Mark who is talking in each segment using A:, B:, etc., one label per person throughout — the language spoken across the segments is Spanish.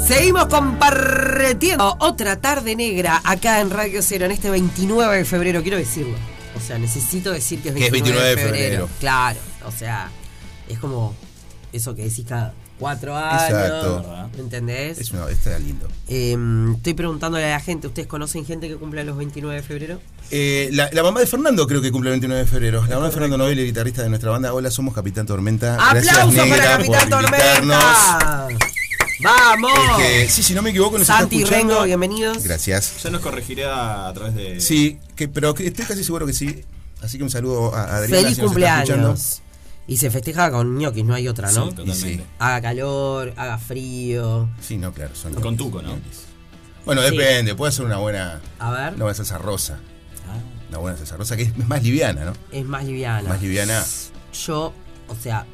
A: Seguimos compartiendo otra tarde negra acá en Radio Cero, en este 29 de febrero, quiero decirlo. O sea, necesito decir que es
B: Que es
A: 29, de
B: 29 de
A: febrero.
B: febrero.
A: Claro, o sea, es como eso que decís cada cuatro años.
B: Exacto.
A: ¿Entendés?
B: Es una, está lindo.
A: Em, estoy preguntándole a la gente, ¿ustedes conocen gente que cumple los 29 de febrero?
B: Eh, la, la mamá de Fernando creo que cumple el 29 de febrero. La mamá de Fernando Nobel, guitarrista de nuestra banda. Hola, somos Capitán Tormenta.
A: ¡Aplausos
B: Ah, Gracias,
A: para
B: negra,
A: Capitán
B: por invitarnos.
A: Tormenta! ¡Vamos!
B: Este, sí, si no me equivoco, nos
A: Santi y
B: está escuchando.
A: Rengo, bienvenidos.
B: Gracias.
C: Ya nos corregirá a través de.
B: Sí, que, pero que estoy casi seguro que sí. Así que un saludo a Adriana.
A: Feliz
B: si nos está escuchando.
A: cumpleaños. Y se festeja con ñoquis, no hay otra,
C: Sí,
A: ¿no?
C: totalmente.
A: haga calor, haga frío.
B: Sí, no, claro. Son
C: Con tuco, ¿no?
B: Bueno,
A: Sí.
B: depende. Puede ser una buena,
A: A ver,
B: una buena salsa rosa. Una buena salsa rosa que es más liviana, ¿no?
A: es más liviana.
B: Más liviana.
A: Yo, o sea,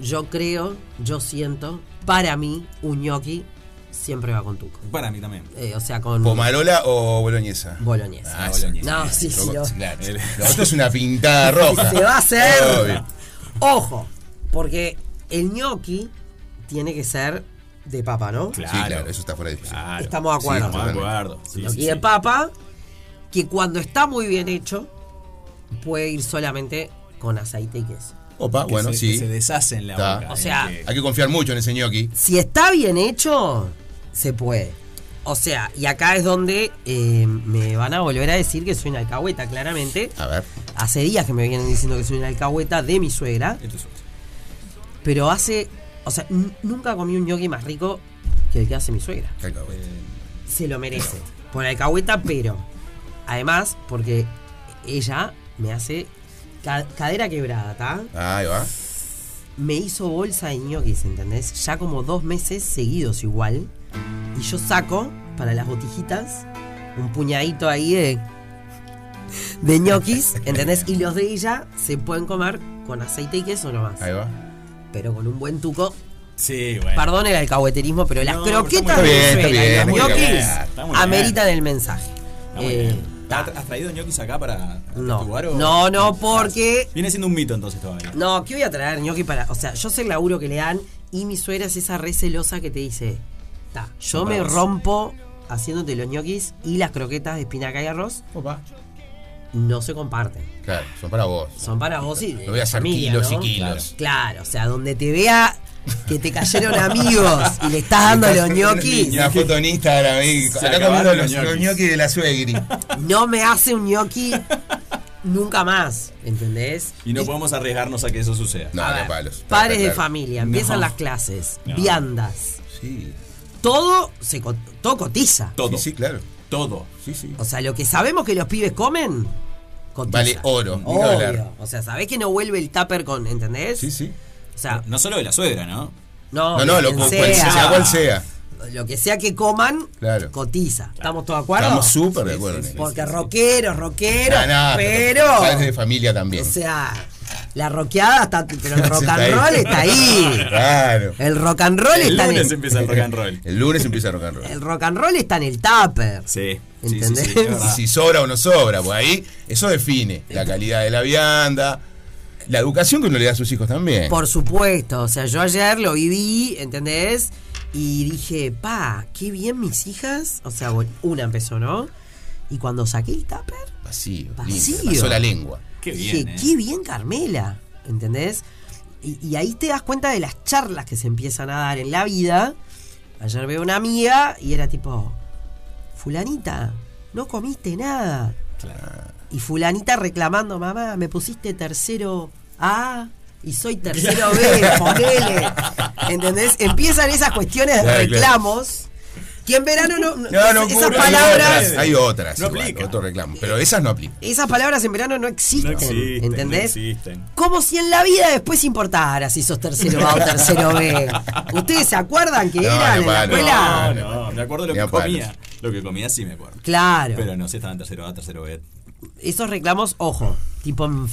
A: yo creo, yo siento, para mí, un ñoqui siempre va con tuco.
C: Para mí también.
A: Eh, o sea, con
B: ¿Pomarola o boloñesa?
A: boloñesa.
B: Ah,
C: boloñesa.
A: No, sí, sí.
B: Lo,
A: o-
B: claro, lo otro es una pintada roja.
A: se va a hacer.
B: Ah. Obvio.
A: Ojo, porque el ñoqui tiene que ser de papa, ¿no?
C: Claro. Ah,
B: Sí, claro, eso está fuera de discusión.
C: Claro.
A: Estamos de acuerdo.
C: Sí, estamos de acuerdo. Sí,
A: ñoqui
C: sí,
A: de
C: sí.
A: papa, que cuando está muy bien hecho, puede ir solamente con aceite y queso.
B: Opa,
C: Que
B: bueno,
C: se,
B: sí.
C: que se deshace en la
B: Está.
C: boca.
A: O
C: en
A: sea,
C: que-
B: Hay que confiar mucho en ese ñoqui.
A: Si está bien hecho, se puede. O sea, y acá es donde eh, me van a volver a decir que soy una alcahueta, claramente.
C: Ah.
B: A ver.
A: Hace días que me vienen diciendo que soy una alcahueta de mi suegra,
C: Esto es otro.
A: pero hace. O sea, n- nunca comí un ñoqui más rico que el que hace mi suegra.
C: Eh.
B: Alcahuete.
A: se lo merece. Por alcahueta, pero. Además, porque ella me hace ca- cadera quebrada, ¿tá?
B: Ahí va.
A: Me hizo bolsa de ñoquis, ¿entendés? Ya como dos meses seguidos igual. Y yo saco para las botijitas un puñadito ahí de. De ñoquis, ¿entendés? Y los de ella se pueden comer con aceite y queso nomás.
B: Ahí va.
A: Pero con un buen tuco.
C: Sí, bueno.
A: Perdón el alcahueterismo, pero las
C: No, pero
A: croquetas
C: está muy
A: de
B: bien, está
A: Venezuela
B: bien,
A: y los
B: está muy bien,
A: ñoquis
C: está muy bien.
A: ameritan el mensaje.
C: Está muy
A: Eh,
C: bien. ¿Has has traído ñoquis acá para para
A: No.
C: tu lugar o-
A: No, no, porque-
C: Viene siendo un mito entonces todavía.
A: No, ¿qué voy a traer, ñoqui? Para, o sea, yo sé el laburo que le dan y mi suegra es esa re celosa que te dice, ta, yo me
C: Vamos.
A: rompo haciéndote los ñoquis y las croquetas de espinaca y arroz
B: Opa.
A: no se comparten.
B: Claro, son para vos.
A: Son para vos y de
B: Lo voy a
A: la
B: hacer
A: familia,
B: kilos
A: ¿no?
B: y kilos.
A: Claro, o sea, donde te vea que te cayeron amigos y le estás dando los ñoquis,
B: Una foto en Instagram ahí.
C: Se
B: Acá
C: acabaron
B: comiendo los,
C: los
B: los
C: ñoquis.
B: ñoquis de la suegri.
A: no me hace un ñoqui nunca más, ¿entendés?
C: Y no podemos arriesgarnos a que eso suceda.
B: No,
A: A
B: no
A: ver,
B: palos. Está-
A: Padres
B: está
A: de
B: claro.
A: familia, empiezan
C: No.
A: las clases,
C: No.
A: viandas,
B: Sí.
A: todo se co- todo cotiza.
C: Todo.
B: Sí, sí, claro.
C: Todo.
B: Sí, sí.
A: O sea, lo que sabemos que los pibes comen, cotiza.
B: Vale oro, ni que hablar.
A: Obvio. O sea, sabés que no vuelve el tupper con, ¿entendés?
B: Sí, sí.
A: O sea,
C: No solo de la suegra, ¿no?
A: no,
B: No, no, lo,
A: quien
B: cual sea, cual sea.
A: Lo que sea que coman,
B: Claro.
A: cotiza. ¿Estamos todos de acuerdo?
B: Estamos súper de
C: Sí,
B: acuerdo.
C: sí,
B: en eso.
A: Porque rockeros, rockeros,
B: No, no,
A: pero...
B: Padres de familia también.
A: O sea, la roqueada está... Pero el rock
B: Está
A: and
B: ahí.
A: roll está ahí.
B: Claro.
A: El rock and roll
C: El
A: está en
C: lunes
A: el...
C: empieza el rock and roll.
B: El lunes empieza a rock and roll.
A: El rock and roll está en el tupper.
C: Sí. sí, sí,
A: ¿Entendés?
C: sí, es verdad.
B: Y si sobra o no sobra, pues ahí eso define la calidad de la vianda, la educación que uno le da a sus hijos también.
A: Por supuesto, o sea, yo ayer lo viví, ¿entendés? Y dije, pa, qué bien mis hijas. O sea, bueno, una empezó, ¿no? Y cuando saqué el tupper,
B: Vacío,
A: Vacío.
B: limpio, pasó la lengua.
C: Qué
A: dije,
C: bien. ¿eh?
A: qué bien Carmela, ¿entendés? Y, y ahí te das cuenta de las charlas que se empiezan a dar en la vida. Ayer veo una amiga y era tipo, fulanita, no comiste nada.
C: Claro.
A: Y fulanita reclamando, mamá, me pusiste tercero A y soy tercero B, ponele. ¿Entendés? Empiezan esas cuestiones de
B: Claro, claro.
A: reclamos. Que en verano no, no-
B: No, no,
A: esas
B: cubre,
A: palabras.
B: Hay otras, hay otras
C: No
B: igual,
C: aplica.
B: otro reclamo, pero esas no aplican.
A: Esas palabras en verano no existen,
C: No existen,
A: ¿entendés?
C: no existen.
A: Como si en la vida después importara si sos tercero A o tercero B. ¿Ustedes se acuerdan que
B: No,
A: eran en la
B: ni a palo.
A: escuela?
C: No, no, me acuerdo lo
B: Ni a
C: que comía.
B: palos.
C: Lo que comía sí me acuerdo.
A: Claro.
C: Pero no sé, estaba en tercero A, tercero B.
A: esos reclamos, ojo, tipo. mm,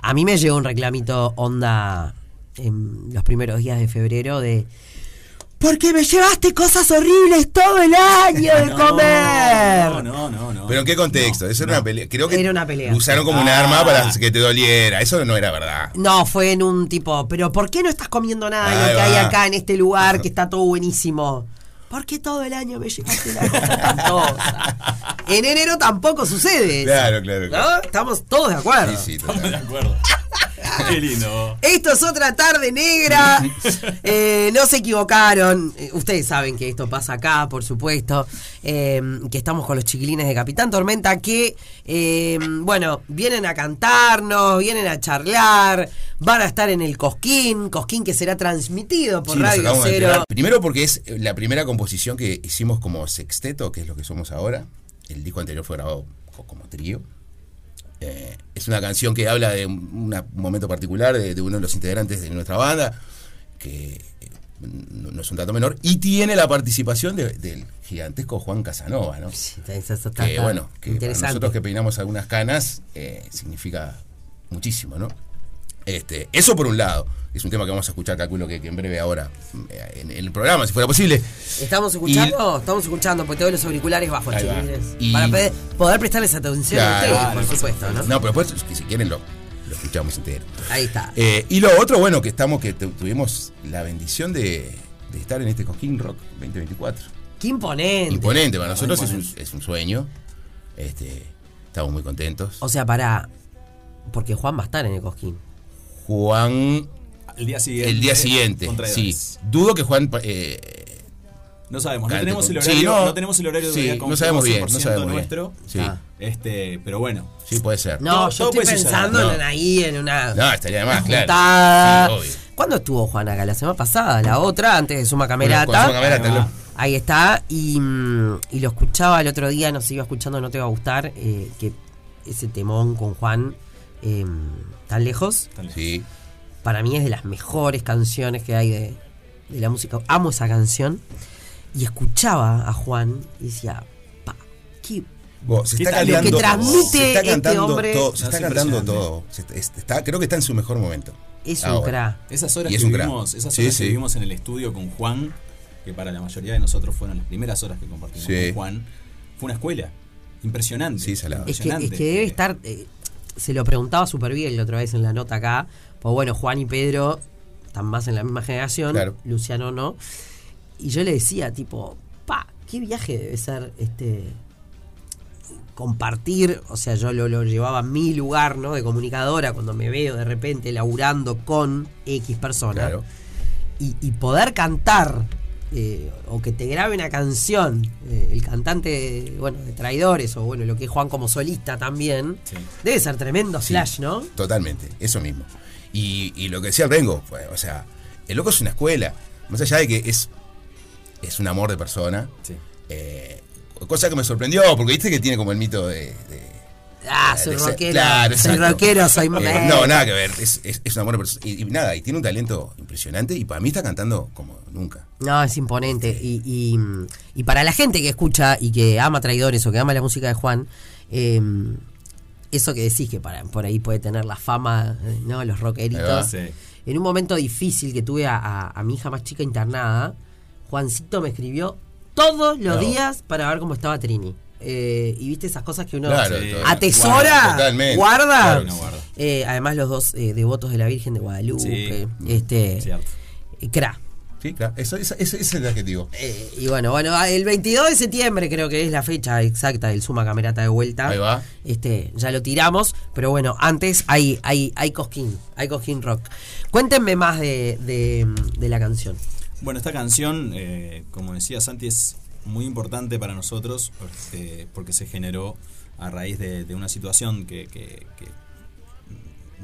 A: A mí me llegó un reclamito onda en los primeros días de febrero de. Porque me llevaste cosas horribles todo el año de comer.
C: No, no, no, no.
B: Pero en qué contexto?
C: No,
B: Eso
C: no.
B: era una pelea. Creo que
A: Era una pelea.
B: usaron como un
C: Ah.
B: arma para que te doliera. Eso no era verdad.
A: No, fue en un tipo, pero ¿por qué no estás comiendo nada de
B: Ahí
A: lo que hay
B: va.
A: acá en este lugar que está todo buenísimo? ¿por qué todo el año me llevaste la cosa espantosa? En enero tampoco sucede. eso,
B: Claro, claro, claro.
A: ¿no? Estamos todos de acuerdo.
B: Sí, sí,
C: Estamos de
B: total.
C: acuerdo. Qué lindo.
A: Esto es otra tarde negra. Eh, no se equivocaron. Eh, Ustedes saben que esto pasa acá, por supuesto. Eh, que estamos con los chiquilines de Capitán Tormenta que, eh, bueno, vienen a cantarnos, vienen a charlar, van a estar en el Cosquín. Cosquín que será transmitido por
B: Sí, nos
A: Radio
B: acabamos de
A: Cero.
B: enterar. Primero porque es eh, la primera composición que hicimos como sexteto, que es lo que somos ahora. El disco anterior fue grabado co- como trío. Eh, es una canción que habla de un una- un momento particular de, de uno de los integrantes de nuestra banda, que eh, no, no es un dato menor, y tiene la participación de- del gigantesco Juan Casanova, ¿no?
A: Eso está-
B: Que
A: está
B: bueno, que para
A: interesante.
B: nosotros que peinamos algunas canas eh, significa muchísimo, ¿no? Este, eso por un lado, es un tema que vamos a escuchar, calculo que, que en breve ahora, eh, en, en el programa, si fuera posible.
A: ¿Estamos escuchando? Estamos escuchando, porque tengo los auriculares bajo,
B: Ahí va.
A: chiquilines.
B: Y-
A: Para pe- poder prestarles atención a
B: Claro.
A: ustedes,
C: Claro,
A: por supuesto, ¿no?
B: No, pero después, si quieren, lo, lo escuchamos entero.
A: Ahí está.
B: Eh, y lo otro, bueno, que estamos, que tu- tuvimos la bendición de, de estar en este Cosquín Rock 2024.
A: Qué imponente.
B: Imponente, para nosotros es un,
C: Imponente.
B: es un sueño. Este, estamos muy contentos.
A: O sea, para. Porque Juan va a estar en el Cosquín.
B: Juan
C: El día siguiente.
B: El día siguiente,
C: Contra
B: sí.
C: Edas.
B: Dudo que Juan eh,
C: No sabemos, no
B: Cante
C: tenemos el
B: con- Sí,
C: horario,
B: no.
C: no, tenemos el horario
B: Sí,
C: todavía
B: no
C: confirmado
B: sabemos bien, no
C: 100%
B: sabemos bien.
C: nuestro.
B: Sí.
A: Ah.
C: Este, pero bueno,
B: sí puede ser.
A: No,
C: Todo-
A: yo
C: todo
A: estoy
C: puede suceder.
A: pensando
B: No.
A: en ahí, en una.
B: No, estaría de más, claro.
A: juntada.
B: Sí, obvio.
A: ¿Cuándo estuvo Juan acá? La semana pasada, la otra, antes de Suma
B: Bueno, con
A: Camerata.
B: su camerata,
C: Ahí va.
B: lo-
A: Ahí está, y, mm, y lo escuchaba el otro día, nos iba escuchando, no te va a gustar, eh, que ese temón con Juan, eh, tan lejos,
C: tal vez.
B: Sí,
A: para mí es de las mejores canciones que hay de, de la música. Amo esa canción. Y escuchaba a Juan y decía, pa, qué
B: Vos, se
C: ¿Qué
B: está
C: tal? Lo
B: cantando
C: que transmite
B: se está
A: este
B: cantando
A: hombre-
B: todo, se está
C: No, es
B: cantando
C: impresionante.
B: todo. Se está- es- está- creo que está en su mejor momento.
A: es un
B: Ahora.
A: crack.
C: Esas horas,
B: Y es
C: que
B: un crack.
C: vivimos, esas
B: Sí,
C: horas
B: sí.
C: que vivimos en el estudio con Juan, que para la mayoría de nosotros fueron las primeras horas que compartimos
B: Sí.
C: con Juan, fue una escuela. Impresionante.
B: Sí, salado.
A: Es que, es
C: Impresionante.
A: que debe estar. eh, se lo preguntaba súper bien la otra vez en la nota acá. Pues bueno, Juan y Pedro están más en la misma generación.
B: Claro.
A: Luciano no. Y yo le decía, tipo, pa, qué viaje debe ser este. Compartir, o sea, yo lo, lo llevaba a mi lugar, ¿no? De comunicadora, cuando me veo de repente laburando con X personas.
B: Claro.
A: Y, y poder cantar, eh, o que te grabe una canción, eh, el cantante, bueno, de Traidores, o bueno, lo que es Juan como solista también,
C: Sí.
A: debe ser tremendo
B: Sí.
A: flash, ¿no?
B: Totalmente, eso mismo. Y, y lo que decía el Rengo, fue, o sea, el loco es una escuela. Más allá de que es, es un amor de persona.
C: Sí.
B: eh, cosa que me sorprendió, porque viste que tiene como el mito de- de
A: Ah, soy
B: Eh, de ser-
A: rockero,
B: claro,
A: soy
B: exacto.
A: rockero, soy...
B: Eh, no, nada que ver. Es, es, es una buena persona. Y, y nada, y tiene un talento impresionante. Y para mí está cantando como nunca.
A: No, es imponente. Y, y- y para la gente que escucha y que ama Traidores o que ama la música de Juan, eh, eso que decís que para, por ahí puede tener la fama, eh, ¿no? Los rockeritos.
B: Ahí va.
C: Sí.
A: En un momento difícil que tuve a, a- a mi hija más chica internada, Juancito me escribió todos los
B: Bravo.
A: días para ver cómo estaba Trini. Eh, y viste esas cosas que uno
B: Claro,
C: sí.
B: todo-
A: atesora,
B: Totalmente.
A: guarda.
C: Claro, no guarda.
A: Eh, además, los dos eh, devotos de la Virgen de Guadalupe. Este,
C: Cierto.
A: eh, cra.
B: Sí, claro. Eso, eso- eso- ese es el adjetivo.
A: Eh, y bueno, bueno, ah, el 22 de septiembre creo que es la fecha exacta del Suma Camerata de vuelta.
B: Ahí va.
A: Este, ya lo tiramos, pero bueno, antes hay, hay, hay Cosquín, hay Cosquín Rock. Cuéntenme más de, de- de la canción.
C: Bueno, esta canción, eh, como decía Santi, es muy importante para nosotros este, porque se generó a raíz de, de una situación que, que- que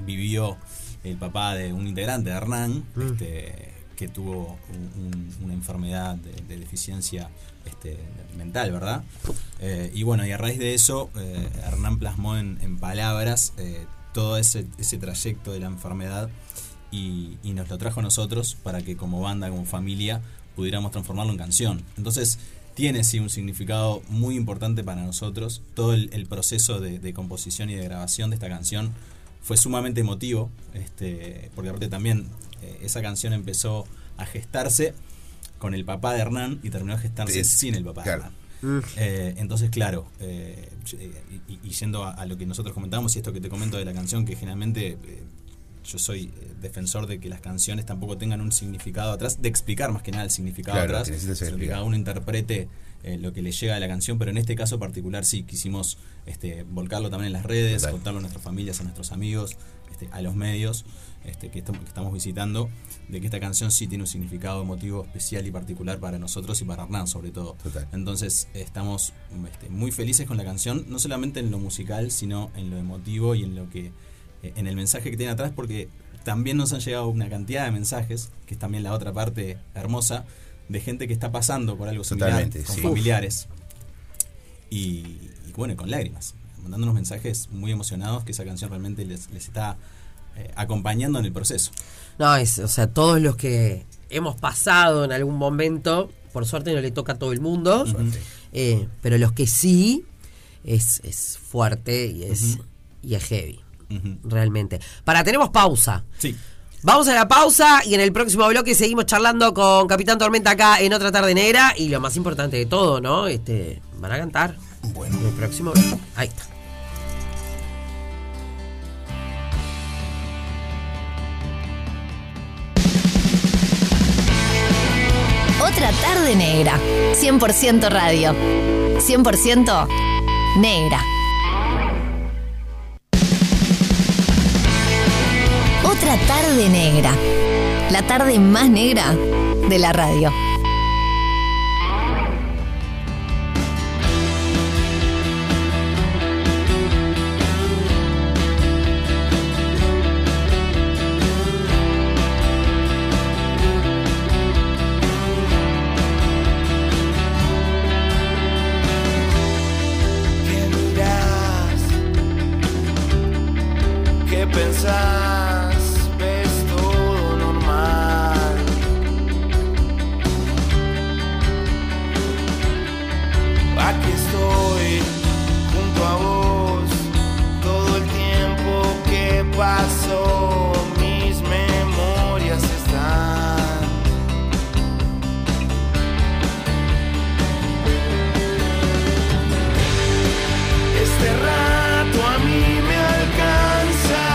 C: vivió el papá de un integrante, Hernán,
A: Mm.
C: este, que tuvo un- un- una enfermedad de, de deficiencia este, mental, ¿verdad? Eh, y bueno, y a raíz de eso, eh, Hernán plasmó en, en palabras eh, todo ese, ese trayecto de la enfermedad y, y nos lo trajo a nosotros para que como banda, como familia, pudiéramos transformarlo en canción. Entonces, tiene sí un significado muy importante para nosotros. Todo el, el proceso de, de composición y de grabación de esta canción fue sumamente emotivo, este, porque aparte también eh, esa canción empezó a gestarse con el papá de Hernán y terminó a gestarse
B: Es-
C: sin el papá
B: claro.
C: de Hernán.
A: Mm.
C: Eh, entonces, claro, eh, y, y- y yendo a, a lo que nosotros comentábamos y esto que te comento de la canción, que generalmente eh, yo soy eh, defensor de que las canciones tampoco tengan un significado atrás, de explicar más que nada el significado
B: Claro,
C: atrás,
B: que necesitas
C: sino que
B: explicar.
C: cada uno interprete eh, lo que le llega a la canción, pero en este caso particular sí quisimos este, volcarlo también en las redes,
B: Total.
C: contarlo a nuestras familias, a nuestros amigos, este, a los medios este, que, estamos, que estamos visitando, de que esta canción sí tiene un significado emotivo especial y particular para nosotros y para Hernán sobre todo.
B: Total.
C: Entonces estamos mm, este, muy felices con la canción, no solamente en lo musical, sino en lo emotivo y en lo que eh, en el mensaje que tiene atrás, porque también nos han llegado una cantidad de mensajes, que es también la otra parte hermosa, de gente que está pasando por algo similar,
B: Totalmente,
C: con
B: sí.
C: familiares. Y, y bueno, con lágrimas, mandándonos mensajes muy emocionados que esa canción realmente les, les está eh, acompañando en el proceso.
A: No, es, o sea, todos los que hemos pasado en algún momento, por suerte no le toca a todo el mundo,
B: Suerte.
A: eh, pero los que sí, es, es fuerte y es, y es heavy,
C: Ujú.
A: realmente. Para, tenemos pausa.
C: Sí,
A: Vamos a la pausa y en el próximo bloque seguimos charlando con Capitán Tormenta acá en otra tarde negra y lo más importante de todo, ¿no? Este, van a cantar.
B: Bueno.
A: En el próximo. Ahí está.
D: Otra tarde negra. 100% radio. 100% negra. Otra tarde negra. La tarde más negra de la radio.
E: ¿Qué miras? ¿Qué pensás? ¿Ves todo normal? Aquí estoy junto a vos todo el tiempo que pasó. Mis memorias están. Este rato a mí me alcanza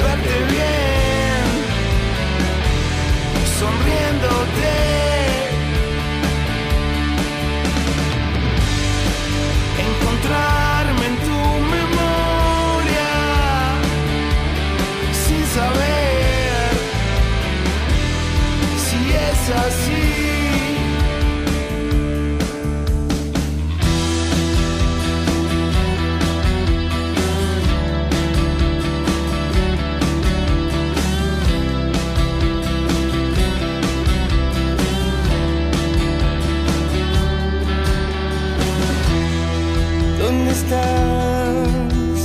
E: verte bien, sonriéndote. Encontrarme en tu memoria sin saber si es así. ¿Dónde estás?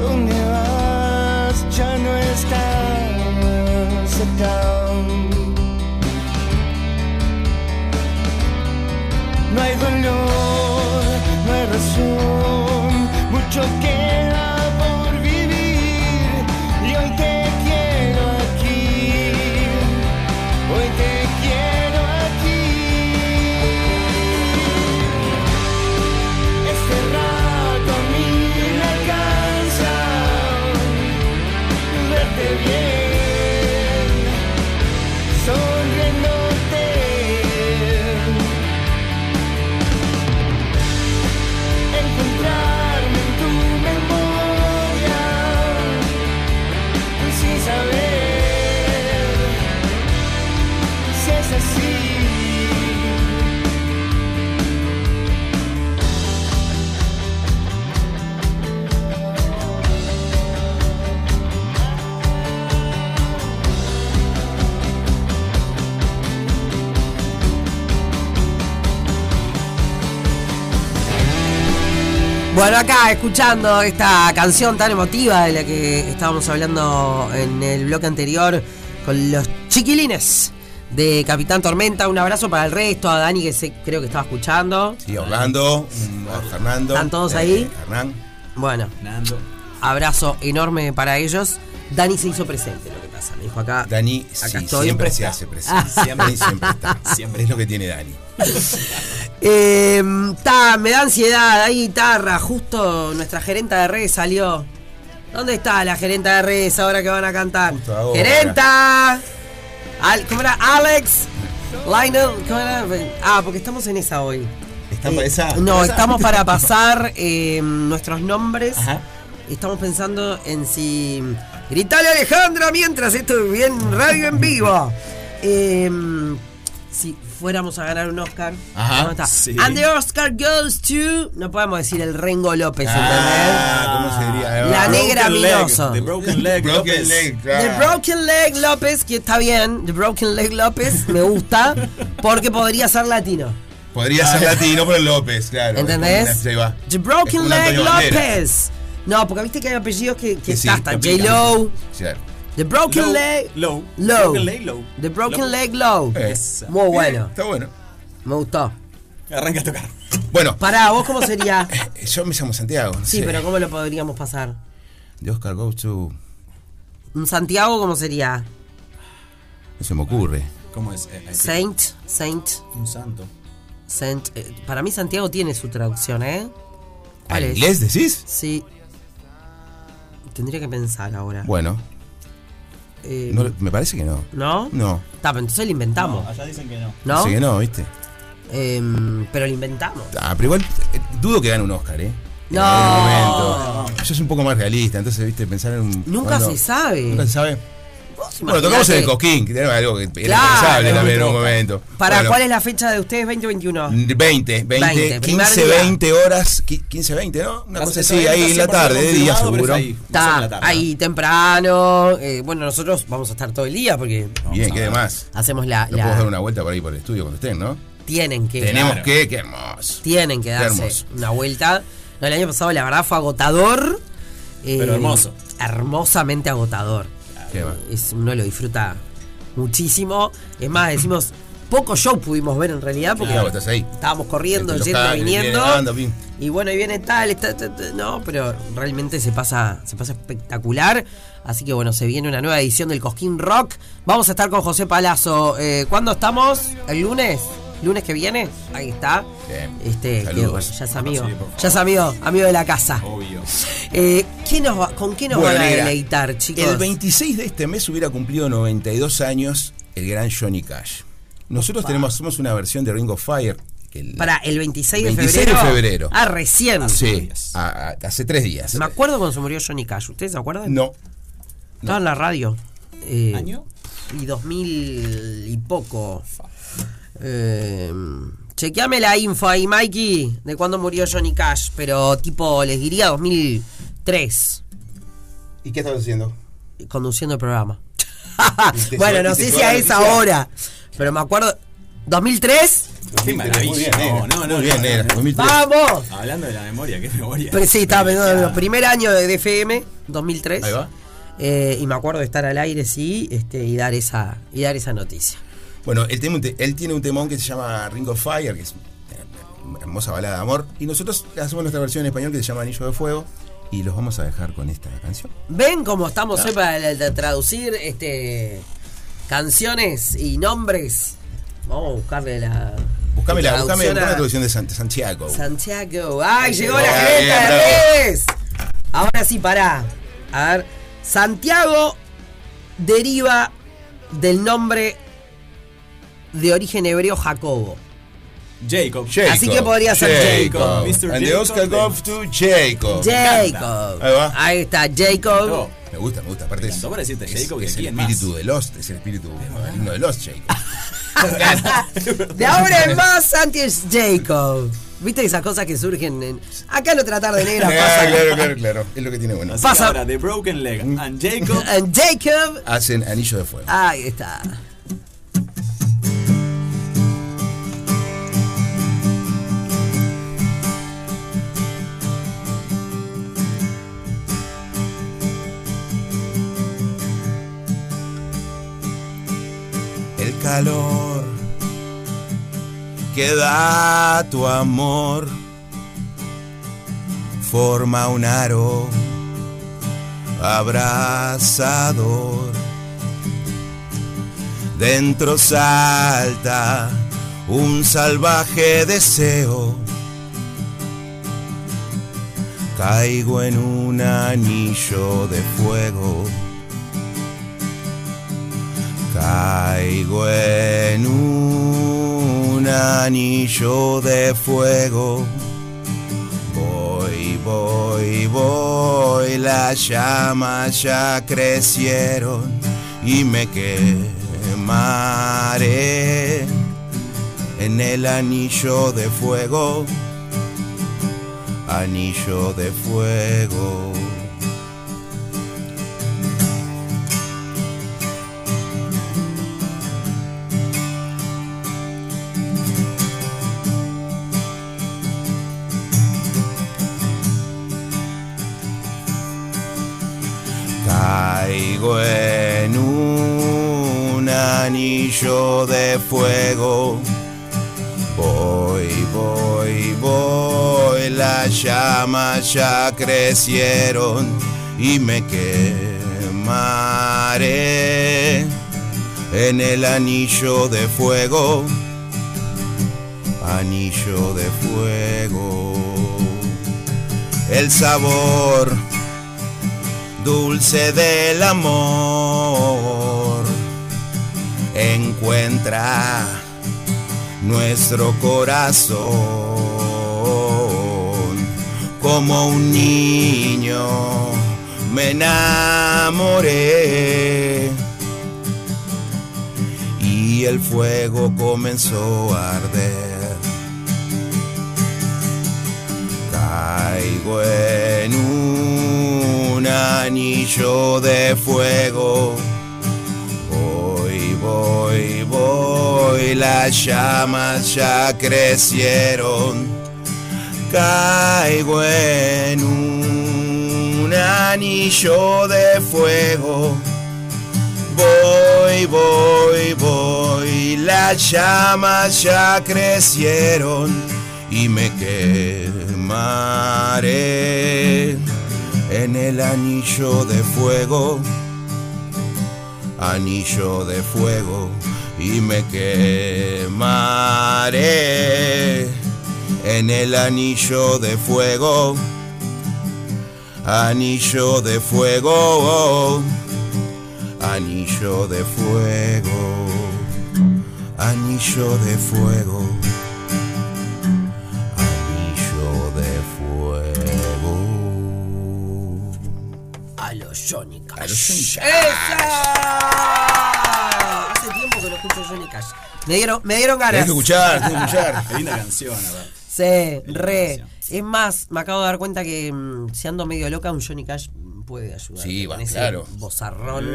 E: ¿Dónde vas? Ya no estás acá. No hay dolor, no hay razón, mucho queda por vivir y hoy te quiero aquí, hoy te quiero aquí. Este rato a mí me alcanza verte bien, sonriéndote. Encontrarme en tu memoria sin saber si es así.
A: Bueno, acá escuchando esta canción tan emotiva de la que estábamos hablando en el bloque anterior con los chiquilines de Capitán Tormenta. Un abrazo para el resto, a Dani que se- creo que estaba escuchando.
B: Sí, a Orlando, mm, a Fernando. Eh,
A: ¿Están todos ahí?
B: Hernán.
A: Bueno,
C: Nando.
A: abrazo enorme para ellos. Dani se hizo presente, lo que pasa, me dijo acá.
B: Dani
A: Acá
B: sí,
A: estoy.
B: siempre se hace presente. Siempre y siempre está. Siempre es lo que tiene Dani.
A: Eh, ta, me da ansiedad, hay guitarra, justo nuestra gerenta de redes salió. ¿Dónde está la gerenta de redes ahora que van a cantar?
B: Justo ahora.
A: ¡Gerenta! Al- ¿Cómo era? Alex, Lionel, ¿cómo era? Ah, porque estamos en esa hoy.
C: ¿Está
A: Eh,
C: para esa?
A: No,
C: ¿Para esa?
A: estamos para pasar eh, nuestros nombres.
C: Ajá.
A: Estamos pensando en si. ¡Gritale Alejandra mientras estoy bien radio en vivo! Eh, si fuéramos a ganar un Oscar.
C: Ajá,
A: ¿cómo está?
C: sí.
A: And the Oscar goes to. No podemos decir el Rengo López, ¿entendés?
B: Ah, ¿cómo se diría?
A: La
B: Ah,
A: negra.
C: Broken leg,
A: Minoso.
C: The Broken Leg.
B: Broken
C: López.
B: leg,
A: The
B: claro.
A: Broken Leg López, que está bien. The Broken Leg López me gusta porque podría ser latino.
B: Podría ser latino, pero López, claro.
A: ¿Entendés?
B: Ahí va.
A: The
B: Es como
A: Broken
B: un
A: Leg
B: Antonio Banderas.
A: López. No, porque viste que hay apellidos que, que
B: Que sí,
A: está hasta
B: complican.
A: J-Lo.
B: Claro.
A: The Broken
C: Low,
A: Leg.
C: low.
A: Low.
C: Broken Leg, low.
A: The Broken
C: Low.
A: Leg Low.
B: Eh,
C: Esa.
A: Muy
B: bien,
A: bueno.
B: Está bueno.
A: Me gustó.
C: Arranca a tocar.
B: Bueno,
A: Pará, ¿vos cómo sería? Sí,
B: eh, yo me llamo Santiago. no sé.
A: pero ¿cómo lo podríamos pasar?
B: De Oscar Goes to-
A: ¿Un Santiago cómo sería?
B: No se me ocurre.
C: ¿Cómo es? Eh, eh,
A: Saint, Saint,
C: Un santo.
A: Saint. eh, para mí Santiago tiene su traducción, ¿eh? ¿Cuál
B: ¿Al
A: es?
B: inglés decís?
A: Sí. Tendría que pensar ahora.
B: Bueno,
A: Eh,
B: no- me parece que no.
A: ¿No?
B: No.
A: Está, pero entonces lo inventamos.
C: allá dicen que no.
A: ¿No?
B: Parece que no, ¿viste?
A: Em, pero lo inventamos.
B: Ah, pero igual eh, dudo que gane un Oscar, ¿eh? En
A: No.
B: algún momento. Yo soy un poco más realista, entonces, ¿viste? Pensar en un.
A: Nunca
B: cuando-
A: se sabe.
B: Nunca se sabe.
A: Vos
B: Bueno, tocamos en el
A: imaginate.
B: Cosquín, que era algo que era
A: Claro.
B: impensable también en un momento.
A: ¿Para
B: Bueno,
A: cuál es la fecha de ustedes? 2021.
B: 20,
A: 20,
B: 20,
A: primer
B: 15,
A: día.
B: 20 horas, qui- 15, 20, ¿no? Una cosa así, ahí en la tarde, de día seguro.
A: Está ahí temprano. eh, bueno, nosotros vamos a estar todo el día porque
B: Bien, que demás.
A: hacemos la.
B: Nos
A: la-
B: podemos dar una vuelta por ahí por el estudio cuando estén, ¿no?
A: Tienen que.
B: Tenemos
C: claro.
B: que, qué hermoso.
A: Tienen que darse
B: hermoso.
A: una vuelta. No, el año pasado la verdad fue agotador. eh,
C: Pero hermoso.
A: Hermosamente agotador.
B: Qué va.
A: Es, uno lo disfruta muchísimo. Es más, decimos, poco show pudimos ver en realidad porque
B: Claro, estás ahí.
A: estábamos corriendo,
B: Entre los
A: yendo,
B: cables,
A: viniendo.
B: viene banda, pim.
A: Y bueno, ahí viene tal, está, ta, ta, no, pero realmente se pasa, se pasa espectacular. Así que bueno, se viene una nueva edición del Cosquín Rock. Vamos a estar con José Palazzo. Eh, ¿Cuándo estamos? ¿El lunes? ¿Lunes que viene? Ahí está.
B: Bien.
A: Este, que,
B: Saludos.
A: bueno, ya es amigo.
C: Sí, por favor.
A: ya es amigo, amigo de la casa.
C: Obvio.
A: Eh, ¿quién nos va- ¿Con qué nos
B: Bueno,
A: van a
B: negra,
A: deleitar, chicos?
B: El 26 de este mes hubiera cumplido 92 años el gran Johnny Cash. Nosotros tenemos, somos una versión de Ring of Fire. que el-
A: Para el 26,
B: 26
A: de
B: de
A: febrero.
B: febrero.
A: Ah, recién.
B: Sí,
C: días.
B: a- a- hace tres días.
A: Me acuerdo cuando se murió Johnny Cash. ¿Ustedes se acuerdan?
B: No,
A: Estaba en la radio. Eh,
C: ¿Año?
A: Y 2000 y poco. Eh, chequeame la info ahí, Mikey, de cuándo murió Johnny Cash. Pero tipo, les diría 2003,
B: ¿Y qué estás haciendo?
A: conduciendo el programa.
B: te-
A: bueno,
B: y
A: no
B: te
A: sé
B: llegó
A: si
B: la
A: a esa
B: noticia?
A: hora. Pero me acuerdo... ¿2003?
C: Qué maravilla. No, no, no.
B: Muy bien,
C: no,
B: negra.
C: no, no.
B: 2003.
A: ¡Vamos!
C: Hablando de la memoria, qué memoria.
A: Pero sí, estaba pensando en los primer año de DFM, 2003.
B: Ahí va.
A: Eh, y me acuerdo de estar al aire, sí, este, y dar esa, y dar esa noticia.
B: Bueno, él tiene, un te- él tiene un temón que se llama Ring of Fire, que es una hermosa balada de amor. Y nosotros hacemos nuestra versión en español que se llama Anillo de Fuego. Y los vamos a dejar con esta canción.
A: ¿Ven cómo estamos hoy para la- la- traducir este canciones y nombres? Vamos a buscarle la.
B: Buscámela, buscame
A: traducción
B: buscame
A: a
B: la traducción de Sant- Santiago.
A: Santiago. ¡Ay, llegó la
B: Bien,
A: gente de
B: bravo.
A: redes! Ahora sí, pará. A ver. Santiago deriva del nombre de origen hebreo Jacobo.
C: Jacob.
B: Jacob,
A: Así que podría ser
C: Jacob. Mr.
B: And the
C: Jacob
B: Oscar goes to Jacob.
A: Jacob.
B: Ahí va.
A: Ahí está, Jacob.
C: No,
B: Me gusta, me gusta. Aparte,
C: Me encantó para decirte Jacob,
B: es,
C: que
B: es el
C: quién más.
B: espíritu de Lost, es el espíritu maligno de Lost, Jacob.
A: De ahora en más, Santi es Jacob. ¿Viste esas cosas que surgen? en- Acá no tratar de negra
B: Ah,
A: pasa.
B: claro, claro, claro. Es lo que tiene bueno.
C: Así que
A: Pasa. Mm.
C: ahora, The Broken Leg and Jacob.
A: And Jacob.
B: Hacen Anillo de Fuego.
A: Ahí está.
B: El calor que da tu amor forma un aro abrazador. Dentro salta un salvaje deseo caigo en un anillo de fuego. Caigo en un anillo de fuego. Voy, voy, voy, las llamas ya crecieron y me quemaré en el anillo de fuego anillo de fuego. Caigo en un anillo de fuego. Voy, voy, voy, las llamas ya crecieron y me quemaré en el anillo de fuego, anillo de fuego. El sabor dulce del amor encuentra nuestro corazón. Como un niño me enamoré y el fuego comenzó a arder. Caigo en un anillo de fuego. Voy, voy, voy, las llamas ya crecieron. Caigo en un anillo de fuego. Voy, voy, voy, las llamas ya crecieron y me quemaré en el anillo de fuego anillo de fuego y me quemaré en el anillo de fuego, anillo de fuego, anillo de fuego, anillo de fuego. anillo de fuego.
A: A los Johnny Cash.
F: A los Johnny Cash.
A: ¡Esa! Hace tiempo que no escucho Johnny Cash. Me dieron, me dieron
F: Tenés
A: ganas.
F: que escuchar, tenés que
A: Ah,
F: escuchar.
C: Qué linda canción, la verdad.
A: Sí, re. Es más, me acabo de dar cuenta que mm, si ando medio loca, un Johnny Cash puede ayudar.
F: Sí, va,
A: con ese
F: claro.
A: Bozarrón.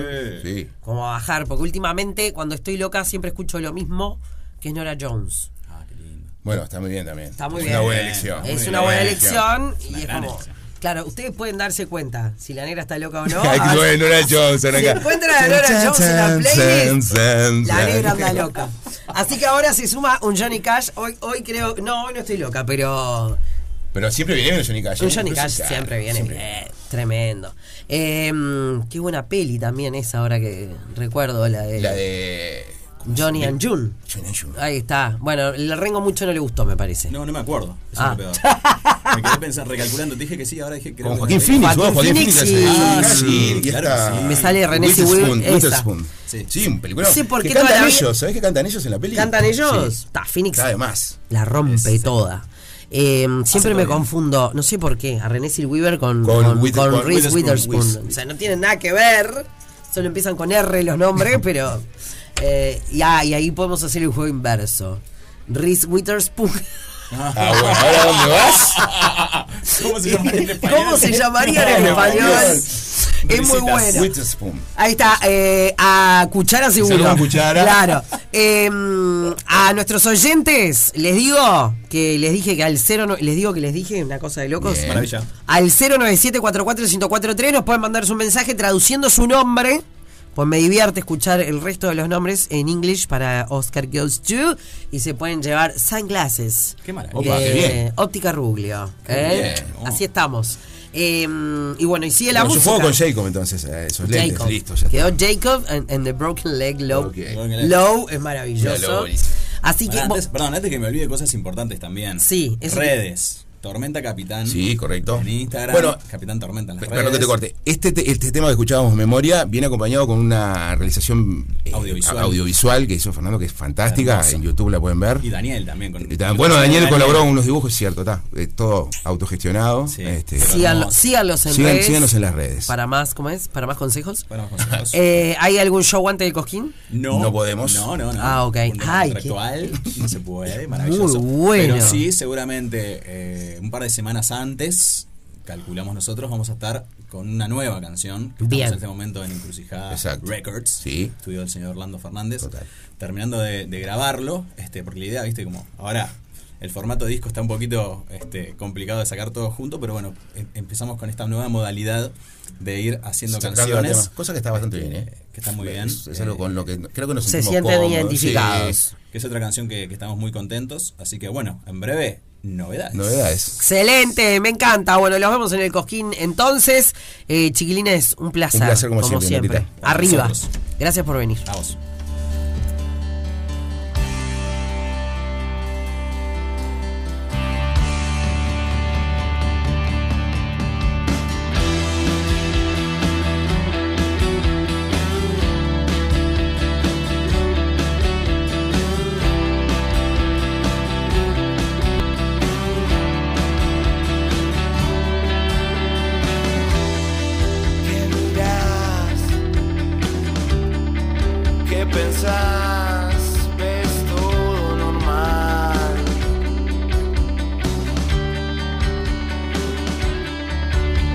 F: Sí.
A: Como a bajar, porque últimamente cuando estoy loca siempre escucho lo mismo que es Nora Jones.
C: Ah, qué lindo.
F: Bueno, está muy bien también.
A: Está muy
F: es
A: bien.
F: Una buena elección. Muy
A: es una
F: bien.
A: buena elección
C: Es una
A: y es
C: gran
A: como.
C: elección.
A: Claro, ustedes pueden darse cuenta si la negra está loca o no.
F: Hay que
A: Ah,
F: poner Nora Johnson
A: Si
F: acá.
A: encuentran a Nora Jones en la playlist, La negra anda
F: la
A: loca. Así que ahora se suma un Johnny Cash. Hoy, hoy creo. No, hoy no estoy loca, pero.
F: Pero siempre viene un Johnny Cash. ¿eh?
A: Un Johnny
F: Incluso,
A: Cash
F: pues claro,
A: siempre viene. bien. tremendo. Eh, qué buena peli también esa ahora que recuerdo, la de,
F: La de.
A: Johnny and June.
F: Johnny and June.
A: Ahí está. Bueno, el Rengo mucho no le gustó, me parece.
C: No, no me acuerdo. Eso
A: Ah.
C: es lo peor. Me quedé pensando, recalculando. Te dije que sí, ahora dije que
F: Con
C: no.
F: Joaquín Phoenix, vos,
A: Joaquín
F: Joaquín
A: Phoenix
F: Phoenix.
A: y-
F: hace- Ah, sí, y
C: Claro
F: esta-
C: que sí.
A: Me sale René
F: Witherspoon,
A: Zellweger, esa.
F: Witherspoon.
C: Sí.
F: Sí, un película.
A: No sé por qué
F: que cantan
A: toda la vida-
F: ellos, ¿sabés que cantan ellos en la peli?
A: ¿Cantan ellos?
F: Sí.
A: Ta, Phoenix
F: Cada vez más.
A: la rompe toda. Eh, siempre me
C: todo bien.
A: confundo, no sé por qué, a René Zellweger con,
F: Con
A: con,
F: With-
A: con
F: con
A: Reese
C: Witherspoon.
A: Witherspoon. O sea, no tienen nada que ver, solo empiezan con R los nombres, pero... eh, y, ah, y ahí podemos hacer el juego inverso. Reese Witherspoon.
F: Ah, bueno, ¿ahora dónde vas?
C: ¿Cómo se llama en español?
A: ¿Cómo se llamaría en español? Es muy
C: Este Risitas.
A: bueno.
F: Witherspoon.
A: Ahí está, eh, a cuchara seguro.
F: Salud con cuchara.
A: Claro. Eh, a nuestros oyentes les digo que les dije que al 0 no- les digo que les dije una cosa de locos.
F: Bien.
C: Maravilla.
A: Al 097441043 nos pueden mandar su mensaje traduciendo su nombre. Pues me divierte escuchar el resto de los nombres en inglés para Oscar Goes To. Y se pueden llevar sunglasses. Eh,
C: Qué maravilla.
F: Opa, qué bien.
A: Óptica Ruglio.
F: Qué
A: ¿eh?
F: bien, oh.
A: Así estamos. Eh, y bueno, y sigue la
F: Bueno, yo
A: música.
F: juego con Jacob entonces, eh, esos lentes,
A: Jacob.
F: listo, ya
A: Quedó
F: está.
A: Jacob and, and the Broken Leg Low.
F: Ok.
A: Low es
F: Mira, Low,
A: maravilloso.
F: buenísimo.
A: Así que.
C: Pará,
A: bo-
C: antes- perdón, antes que me olvide cosas importantes también.
A: Sí, eso que-
C: Redes. Tormenta Capitán.
B: Sí, correcto.
C: En Instagram.
B: Bueno,
C: Capitán Tormenta en las
B: Perdón que te
C: redes.
B: corte. Este, te- este tema que escuchábamos Memoria viene acompañado con una realización eh,
C: Audiovisual.
B: a- audiovisual que hizo Fernando, que es fantástica.
C: Hermosa.
B: En YouTube la pueden ver.
C: Y Daniel también. Con,
B: Y ta- bueno, Daniel colaboró en unos dibujos, es cierto, está. eh, todo autogestionado.
C: Sí.
B: este,
C: Pero
A: Síganlo-
C: no.
A: síganlos en
B: sigan-
A: redes.
B: síganos en las redes.
A: Para más, ¿cómo es? Para más consejos.
C: Bueno, consejos.
A: Eh, ¿Hay algún show antes del Cosquín?
C: No,
B: No podemos.
C: No, no, no.
A: Ah, ok.
C: Un
A: Ay,
C: contractual, no se puede, maravilloso.
A: Muy bueno.
C: Pero sí, seguramente eh, un par de semanas antes, calculamos nosotros, vamos a estar con una nueva canción. que
A: Bien.
C: Estamos en este momento en Encrucijada
B: Exacto.
C: Records,
B: Sí.
C: estudio del señor Orlando Fernández.
B: Total.
C: Terminando de, de grabarlo, este, porque la idea, viste, como ahora... El formato disco está un poquito este, complicado de sacar todo junto, pero bueno, em- empezamos con esta nueva modalidad de ir haciendo
B: Sacando
C: canciones.
B: temas, Cosa que está bastante bien, ¿eh?
C: Que está muy bien.
B: Es, es algo
C: Eh,
B: con lo que creo que nos
A: Se
B: sentimos
A: sienten
B: cómodos,
A: identificados.
B: sí.
C: que es otra canción que, que estamos muy contentos. Así que bueno, en breve, novedades.
B: Novedades.
A: Excelente, me encanta. Bueno, los vemos en el Cosquín entonces. Eh, chiquilines, un placer.
B: Un placer como siempre, Norita.
A: Arriba.
C: Nosotros.
A: Gracias por venir.
C: Vamos.
E: ¿Qué miras? ¿Qué pensás? ¿Ves todo normal?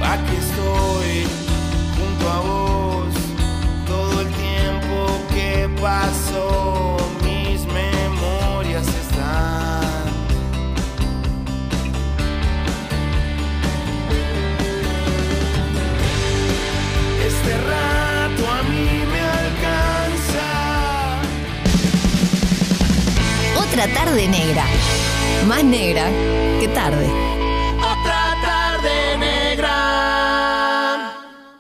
E: Aquí estoy junto a vos todo el tiempo que pasó. Mis memorias están. Este rato a mí me alcanza.
D: Otra tarde negra. Más negra que tarde.